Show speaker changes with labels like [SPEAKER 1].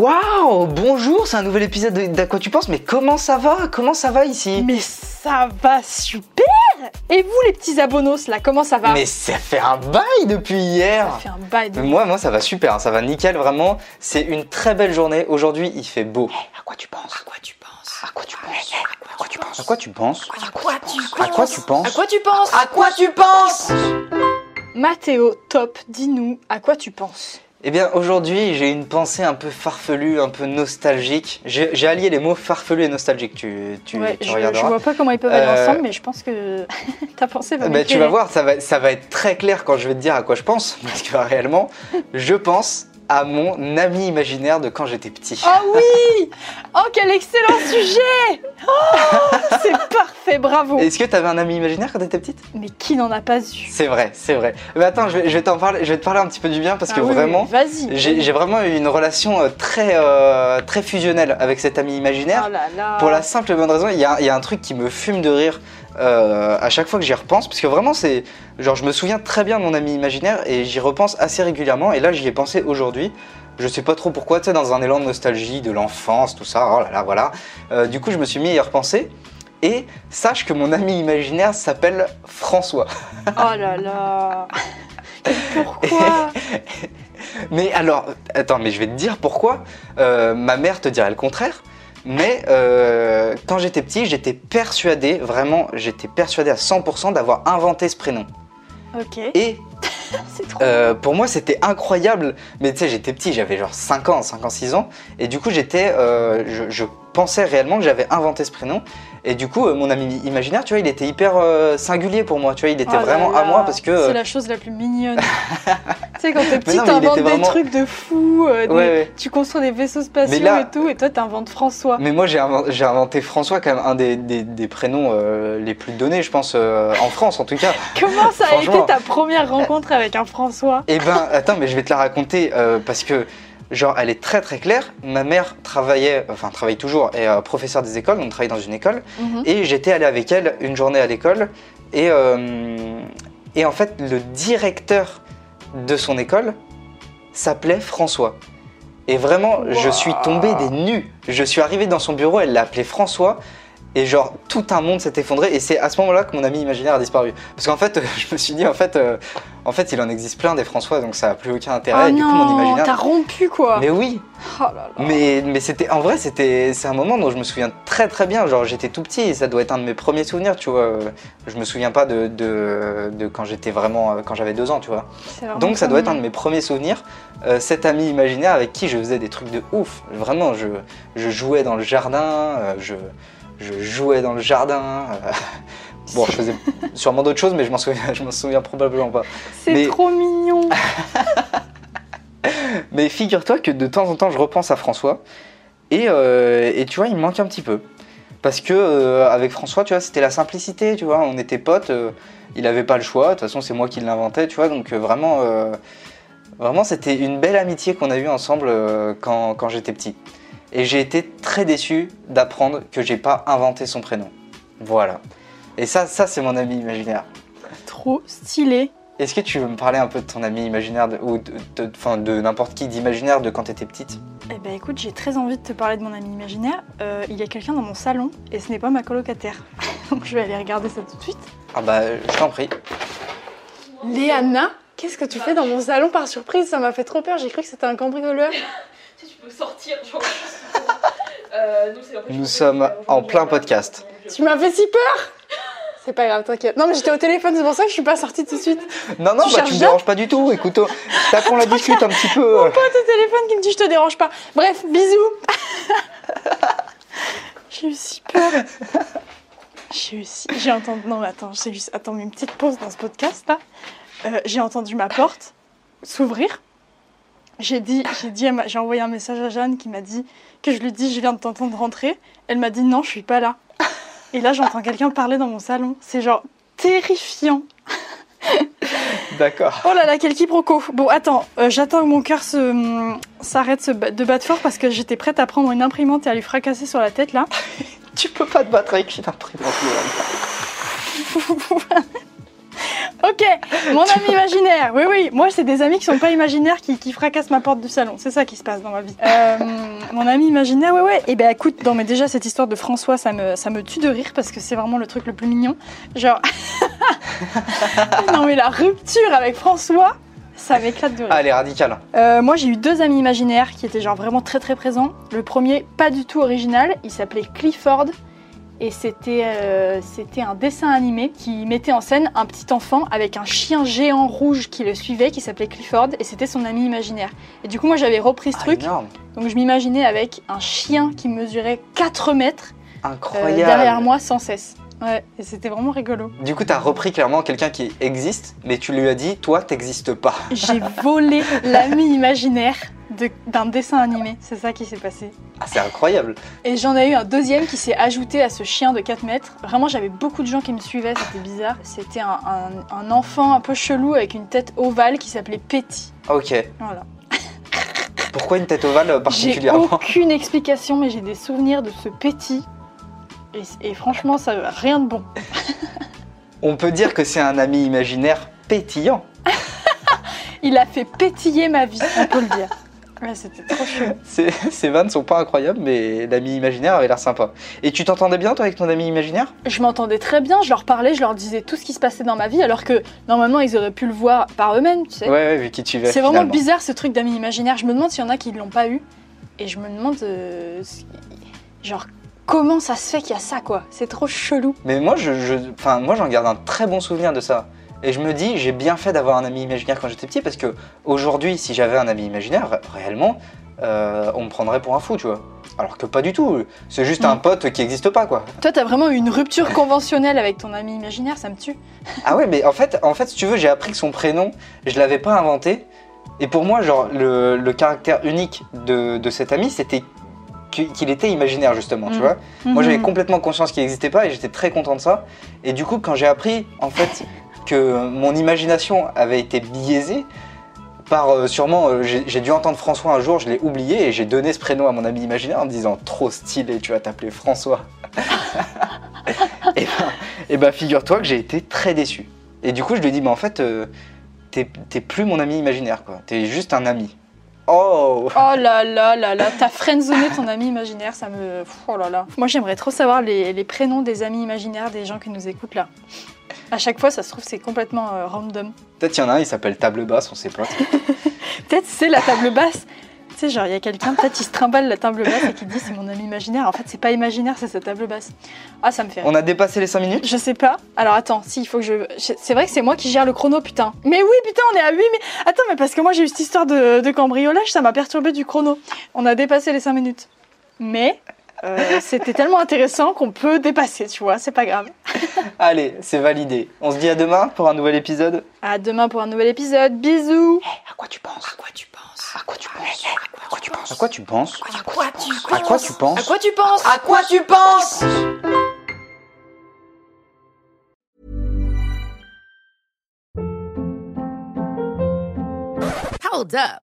[SPEAKER 1] Waouh, bonjour, c'est un nouvel épisode de- d'À quoi tu penses, mais comment ça va Comment ça va ici
[SPEAKER 2] Mais ça va super Et vous les petits abonos là, comment ça va
[SPEAKER 1] Mais ça fait un bail depuis
[SPEAKER 2] Ça
[SPEAKER 1] hier
[SPEAKER 2] fait un bail. de-
[SPEAKER 1] Moi, moi, ça va super, hein, ça va nickel, vraiment. C'est une très belle journée. Aujourd'hui, il fait beau. Eh, à quoi tu penses À quoi tu penses À quoi tu penses À quoi tu penses À quoi tu penses
[SPEAKER 2] À quoi tu
[SPEAKER 1] À quoi tu penses
[SPEAKER 2] À quoi tu penses
[SPEAKER 1] À quoi tu penses
[SPEAKER 2] Ah, Mathéo, top, dis-nous à quoi tu penses.
[SPEAKER 1] Eh bien, aujourd'hui, j'ai une pensée un peu farfelue, un peu nostalgique. J'ai j'ai allié les mots farfelu et nostalgique. Tu, tu,
[SPEAKER 2] Ouais,
[SPEAKER 1] tu
[SPEAKER 2] je,
[SPEAKER 1] regarderas.
[SPEAKER 2] je vois pas comment ils peuvent aller
[SPEAKER 1] Euh,
[SPEAKER 2] ensemble, mais je pense que ta pensée va
[SPEAKER 1] Bah, tu
[SPEAKER 2] m'éclairer.
[SPEAKER 1] vas voir, ça va, ça va être très clair quand je vais te dire à quoi je pense, parce que réellement, je pense à mon ami imaginaire de quand j'étais petit.
[SPEAKER 2] Oh oui Oh quel excellent sujet Oh, C'est parfait, bravo
[SPEAKER 1] Est-ce que t'avais un ami imaginaire quand t'étais petite
[SPEAKER 2] Mais qui n'en a pas eu
[SPEAKER 1] C'est vrai, c'est vrai. Mais attends, je vais, je vais t'en parler, je vais te parler un petit peu du bien parce
[SPEAKER 2] Ah
[SPEAKER 1] que
[SPEAKER 2] oui, oui,
[SPEAKER 1] vraiment,
[SPEAKER 2] Vas-y
[SPEAKER 1] j'ai j'ai vraiment eu une relation euh, très, euh, très fusionnelle avec cet ami imaginaire.
[SPEAKER 2] Oh là là
[SPEAKER 1] Pour la simple et bonne raison, il y, a il y a un truc qui me fume de rire euh, à chaque fois que j'y repense, parce que vraiment, c'est genre, je me souviens très bien de mon ami imaginaire et j'y repense assez régulièrement. Et là, j'y ai pensé aujourd'hui. Je sais pas trop pourquoi, tu sais, dans un élan de nostalgie, de l'enfance, tout ça. Oh là là, voilà. Euh, du coup, je me suis mis à y repenser. Et sache que mon ami imaginaire s'appelle François.
[SPEAKER 2] Oh là là Pourquoi
[SPEAKER 1] Mais alors, attends, mais je vais te dire pourquoi. Euh, ma mère te dirait le contraire. Mais euh, quand j'étais petit, j'étais persuadé, vraiment, j'étais persuadé à 100% d'avoir inventé ce prénom.
[SPEAKER 2] Ok,
[SPEAKER 1] Et
[SPEAKER 2] c'est trop...
[SPEAKER 1] euh, pour moi, c'était incroyable. Mais tu sais, j'étais petit, j'avais genre 5 ans, 5 ans, 6 ans. Et du coup, j'étais. euh, je, je pensais réellement que j'avais inventé ce prénom. Et du coup, euh, mon ami imaginaire, tu vois, il était hyper euh, singulier pour moi. Tu vois, il était
[SPEAKER 2] Oh là
[SPEAKER 1] vraiment à
[SPEAKER 2] là,
[SPEAKER 1] moi parce que.
[SPEAKER 2] C'est
[SPEAKER 1] euh,
[SPEAKER 2] la chose la plus mignonne. tu sais, quand t'es
[SPEAKER 1] Mais
[SPEAKER 2] petit,
[SPEAKER 1] non, mais il
[SPEAKER 2] t'inventes
[SPEAKER 1] était
[SPEAKER 2] des
[SPEAKER 1] vraiment-
[SPEAKER 2] trucs de fou. euh, des-
[SPEAKER 1] ouais, ouais.
[SPEAKER 2] Tu construis des vaisseaux spatiaux
[SPEAKER 1] Mais là-
[SPEAKER 2] et tout, et toi, t'inventes François.
[SPEAKER 1] Mais moi, j'ai inven- j'ai inventé François, quand même, un des, des- des prénoms euh, les plus donnés, je pense, euh, en France en tout cas.
[SPEAKER 2] Comment ça a
[SPEAKER 1] Franchement.
[SPEAKER 2] été ta première rencontre avec un François
[SPEAKER 1] Eh ben, attends, mais je vais te la raconter euh, parce que, genre, elle est très très claire. Ma mère travaillait, enfin, travaille toujours, et euh, professeure des écoles, on travaille dans une école. Et j'étais allé avec elle une journée à l'école. Et, euh, et en fait, le directeur de son école s'appelait François. Et vraiment, je
[SPEAKER 2] Wow.
[SPEAKER 1] suis tombé des nues. Je suis arrivé dans son bureau, elle l'a appelé François. Et genre, tout un monde s'est effondré. Et c'est à ce moment-là que mon ami imaginaire a disparu. Parce qu'en fait, je me suis dit, en fait, euh, en fait, il en existe plein des François, donc ça n'a plus aucun intérêt.
[SPEAKER 2] oh
[SPEAKER 1] et du coup, mon
[SPEAKER 2] non,
[SPEAKER 1] imaginaire.
[SPEAKER 2] t'as rompu quoi
[SPEAKER 1] Mais oui,
[SPEAKER 2] Oh là là.
[SPEAKER 1] mais, mais c'était en vrai c'était c'est un moment dont je me souviens très très bien genre j'étais tout petit et ça doit être un de mes premiers souvenirs tu vois je me souviens pas de, de, de quand j'étais vraiment euh, quand j'avais deux ans tu vois
[SPEAKER 2] C'est vraiment
[SPEAKER 1] donc ça
[SPEAKER 2] trop
[SPEAKER 1] doit être un
[SPEAKER 2] mignon.
[SPEAKER 1] de mes premiers souvenirs Euh, cet ami imaginaire avec qui je faisais des trucs de ouf vraiment je, je jouais dans le jardin euh, je, je jouais dans le jardin euh, bon je faisais sûrement d'autres choses mais je m'en souviens je m'en souviens probablement pas
[SPEAKER 2] C'est
[SPEAKER 1] mais-
[SPEAKER 2] trop mignon
[SPEAKER 1] Mais figure-toi que de temps en temps, je repense à François. Et, euh, et tu vois, il me manque un petit peu. Parce que euh, avec François, tu vois, c'était la simplicité, tu vois. On était potes, euh, il avait pas le choix. De toute façon, c'est moi qui l'inventais, tu vois. Donc euh, vraiment, euh, vraiment, c'était une belle amitié qu'on a eue ensemble euh, quand, quand j'étais petit. Et j'ai été très déçu d'apprendre que j'ai pas inventé son prénom. Voilà. Et ça, ça c'est mon ami imaginaire.
[SPEAKER 2] Trop stylé
[SPEAKER 1] Est-ce que tu veux me parler un peu de ton ami imaginaire de- ou de, de, enfin, de n'importe qui d'imaginaire de quand t'étais petite
[SPEAKER 2] Eh ben écoute, j'ai très envie de te parler de mon ami imaginaire. Euh, il y a quelqu'un dans mon salon, et ce n'est pas ma colocataire. Donc je vais aller regarder ça tout de suite.
[SPEAKER 1] Ah bah, je t'en prie.
[SPEAKER 3] Léana, qu'est-ce que tu fais dans mon salon par surprise Ça m'a fait trop peur, j'ai cru que c'était un cambrioleur.
[SPEAKER 4] Tu sais, tu peux sortir, genre. Euh, nous, c'est la prochaine
[SPEAKER 1] Nous
[SPEAKER 4] fois.
[SPEAKER 1] sommes
[SPEAKER 4] Euh,
[SPEAKER 1] en
[SPEAKER 4] je-
[SPEAKER 1] plein podcast.
[SPEAKER 3] Tu m'as fait si peur C'est pas grave, t'inquiète. Non mais j'étais au téléphone, c'est pour ça que je suis pas sortie tout de suite.
[SPEAKER 1] Non, non,
[SPEAKER 3] Tu
[SPEAKER 1] bah
[SPEAKER 3] cherches
[SPEAKER 1] tu me
[SPEAKER 3] bien
[SPEAKER 1] déranges pas du tout. Écoute, oh, t'as qu'on la discute un petit peu.
[SPEAKER 3] Ton
[SPEAKER 1] euh.
[SPEAKER 3] téléphone qui me dit je te dérange pas. Bref, bisous J'ai eu si peur. J'ai eu si... J'ai entendu... Non mais attends, j'ai juste... Attends, mais une petite pause dans ce podcast là. Euh, j'ai entendu ma porte s'ouvrir. J'ai dit, j'ai dit, à ma- j'ai envoyé un message à Jeanne qui m'a dit que je lui dis je viens de t'entendre rentrer. Elle m'a dit non je suis pas là. Et là j'entends quelqu'un parler dans mon salon. C'est genre terrifiant.
[SPEAKER 1] D'accord.
[SPEAKER 2] Oh là là, quel quiproquo Bon, attends, euh, j'attends que mon cœur se, hum, s'arrête se ba- de battre fort parce que j'étais prête à prendre une imprimante et à lui fracasser sur la tête, là.
[SPEAKER 1] Tu peux pas te battre avec une imprimante. Lola.
[SPEAKER 2] Ok, mon ami imaginaire. Oui, oui, moi, c'est des amis qui sont pas imaginaires qui, qui fracassent ma porte du salon. C'est ça qui se passe dans ma vie. Euh, mon ami imaginaire, ouais, ouais. Et ben, écoute, non, mais déjà, cette histoire de François, ça me, ça me tue de rire parce que c'est vraiment le truc le plus mignon. Genre. non, mais la rupture avec François, ça m'éclate de rire.
[SPEAKER 1] Ah, elle est radicale.
[SPEAKER 2] Euh, moi, j'ai eu deux amis imaginaires qui étaient genre vraiment très très présents. Le premier, pas du tout original, il s'appelait Clifford. Et c'était euh, c'était un dessin animé qui mettait en scène un petit enfant avec un chien géant rouge qui le suivait, qui s'appelait Clifford, et c'était son ami imaginaire. Et du coup, moi, j'avais repris ce
[SPEAKER 1] Ah,
[SPEAKER 2] truc. euh,
[SPEAKER 1] énorme.
[SPEAKER 2] Donc, je m'imaginais avec un chien qui mesurait 4 mètres euh,
[SPEAKER 1] Incroyable.
[SPEAKER 2] derrière moi sans cesse. Ouais, et c'était vraiment rigolo.
[SPEAKER 1] Du coup, t'as repris clairement quelqu'un qui existe, mais tu lui as dit, toi, t'existes pas.
[SPEAKER 2] J'ai volé l'ami imaginaire de- d'un dessin animé. C'est ça qui s'est passé.
[SPEAKER 1] Ah, c'est incroyable.
[SPEAKER 2] Et j'en ai eu un deuxième qui s'est ajouté à ce chien de 4 mètres. Vraiment, j'avais beaucoup de gens qui me suivaient, c'était bizarre. C'était un, un- un enfant un peu chelou avec une tête ovale qui s'appelait Petit.
[SPEAKER 1] Ok.
[SPEAKER 2] Voilà.
[SPEAKER 1] Pourquoi une tête ovale euh,
[SPEAKER 2] J'ai
[SPEAKER 1] particulièrement
[SPEAKER 2] aucune explication, mais j'ai des souvenirs de ce Petit. Et, et franchement, ça rien de bon.
[SPEAKER 1] On peut dire que c'est un ami imaginaire pétillant.
[SPEAKER 2] Il a fait pétiller ma vie, on peut le dire. Ouais, c'était trop chelou.
[SPEAKER 1] Ces, ces vannes sont pas incroyables, mais l'ami imaginaire avait l'air sympa. Et tu t'entendais bien, toi, avec ton ami imaginaire
[SPEAKER 2] Je m'entendais très bien, je leur parlais, je leur disais tout ce qui se passait dans ma vie, alors que normalement, ils auraient pu le voir par eux-mêmes, tu sais.
[SPEAKER 1] Ouais, ouais, vu qui tu
[SPEAKER 2] C'est vraiment bizarre ce truc d'amis imaginaire. Je me demande s'il y en a qui ne l'ont pas eu. Et je me demande. euh, si- genre, comment ça se fait qu'il y a ça, quoi C'est trop chelou.
[SPEAKER 1] Mais moi, je, je- enfin, moi, j'en garde un très bon souvenir de ça. Et je me dis, j'ai bien fait d'avoir un ami imaginaire quand j'étais petit, parce que aujourd'hui, si j'avais un ami imaginaire, ré- réellement, euh, on me prendrait pour un fou, tu vois. Alors que pas du tout. C'est juste un pote qui n'existe pas, quoi.
[SPEAKER 2] Toi, t'as vraiment eu une rupture conventionnelle avec ton ami imaginaire, ça me tue.
[SPEAKER 1] Ah ouais, mais en fait, en fait, si tu veux, j'ai appris que son prénom, je l'avais pas inventé. Et pour moi, genre, le, le caractère unique de, de cet ami, c'était qu'il qu'il était imaginaire, justement, tu
[SPEAKER 2] Mhm.
[SPEAKER 1] vois. Moi, j'avais
[SPEAKER 2] Mhm.
[SPEAKER 1] complètement conscience qu'il n'existait pas et j'étais très content de ça. Et du coup, quand j'ai appris, en fait, que mon imagination avait été biaisée, par euh, sûrement, euh, j'ai j'ai dû entendre François un jour, je l'ai oublié et j'ai donné ce prénom à mon ami imaginaire en me disant trop stylé, tu vas t'appeler François. et ben, et ben, figure-toi que j'ai été très déçu. Et du coup, je lui ai dit, mais en fait, euh, t'es t'es plus mon ami imaginaire, quoi. T'es juste un ami. Oh
[SPEAKER 2] Oh là là là là, t'as friendzoné ton ami imaginaire, ça me. Pff, Oh là là. Moi, j'aimerais trop savoir les, les prénoms des amis imaginaires des gens qui nous écoutent là. À chaque fois, ça se trouve, c'est complètement euh, random.
[SPEAKER 1] Peut-être il y en a un, il s'appelle Table Basse, on sait pas.
[SPEAKER 2] Peut-être c'est la table basse. Tu sais, genre, il y a quelqu'un, peut-être, qui se trimballe la table basse et qui dit c'est mon ami imaginaire. En fait, c'est pas imaginaire, c'est sa table basse. Ah, ça me fait rire.
[SPEAKER 1] On a dépassé les 5 minutes
[SPEAKER 2] Je sais pas. Alors attends, si, il faut que je. je- C'est vrai que c'est moi qui gère le chrono, putain. Mais oui, putain, on est à 8 mais Attends, mais parce que moi j'ai eu cette histoire de, de cambriolage, ça m'a perturbé du chrono. On a dépassé les 5 minutes. Mais euh, c'était tellement intéressant qu'on peut dépasser, tu vois, c'est pas grave.
[SPEAKER 1] Allez, c'est validé. On se dit à demain pour un nouvel épisode.
[SPEAKER 2] À demain pour un nouvel épisode. Bisous!
[SPEAKER 1] À quoi tu penses
[SPEAKER 5] À quoi tu penses À quoi tu penses
[SPEAKER 1] À quoi tu penses
[SPEAKER 5] À quoi tu penses
[SPEAKER 1] À quoi tu penses
[SPEAKER 5] À quoi tu penses
[SPEAKER 6] À quoi tu penses
[SPEAKER 5] Hold up.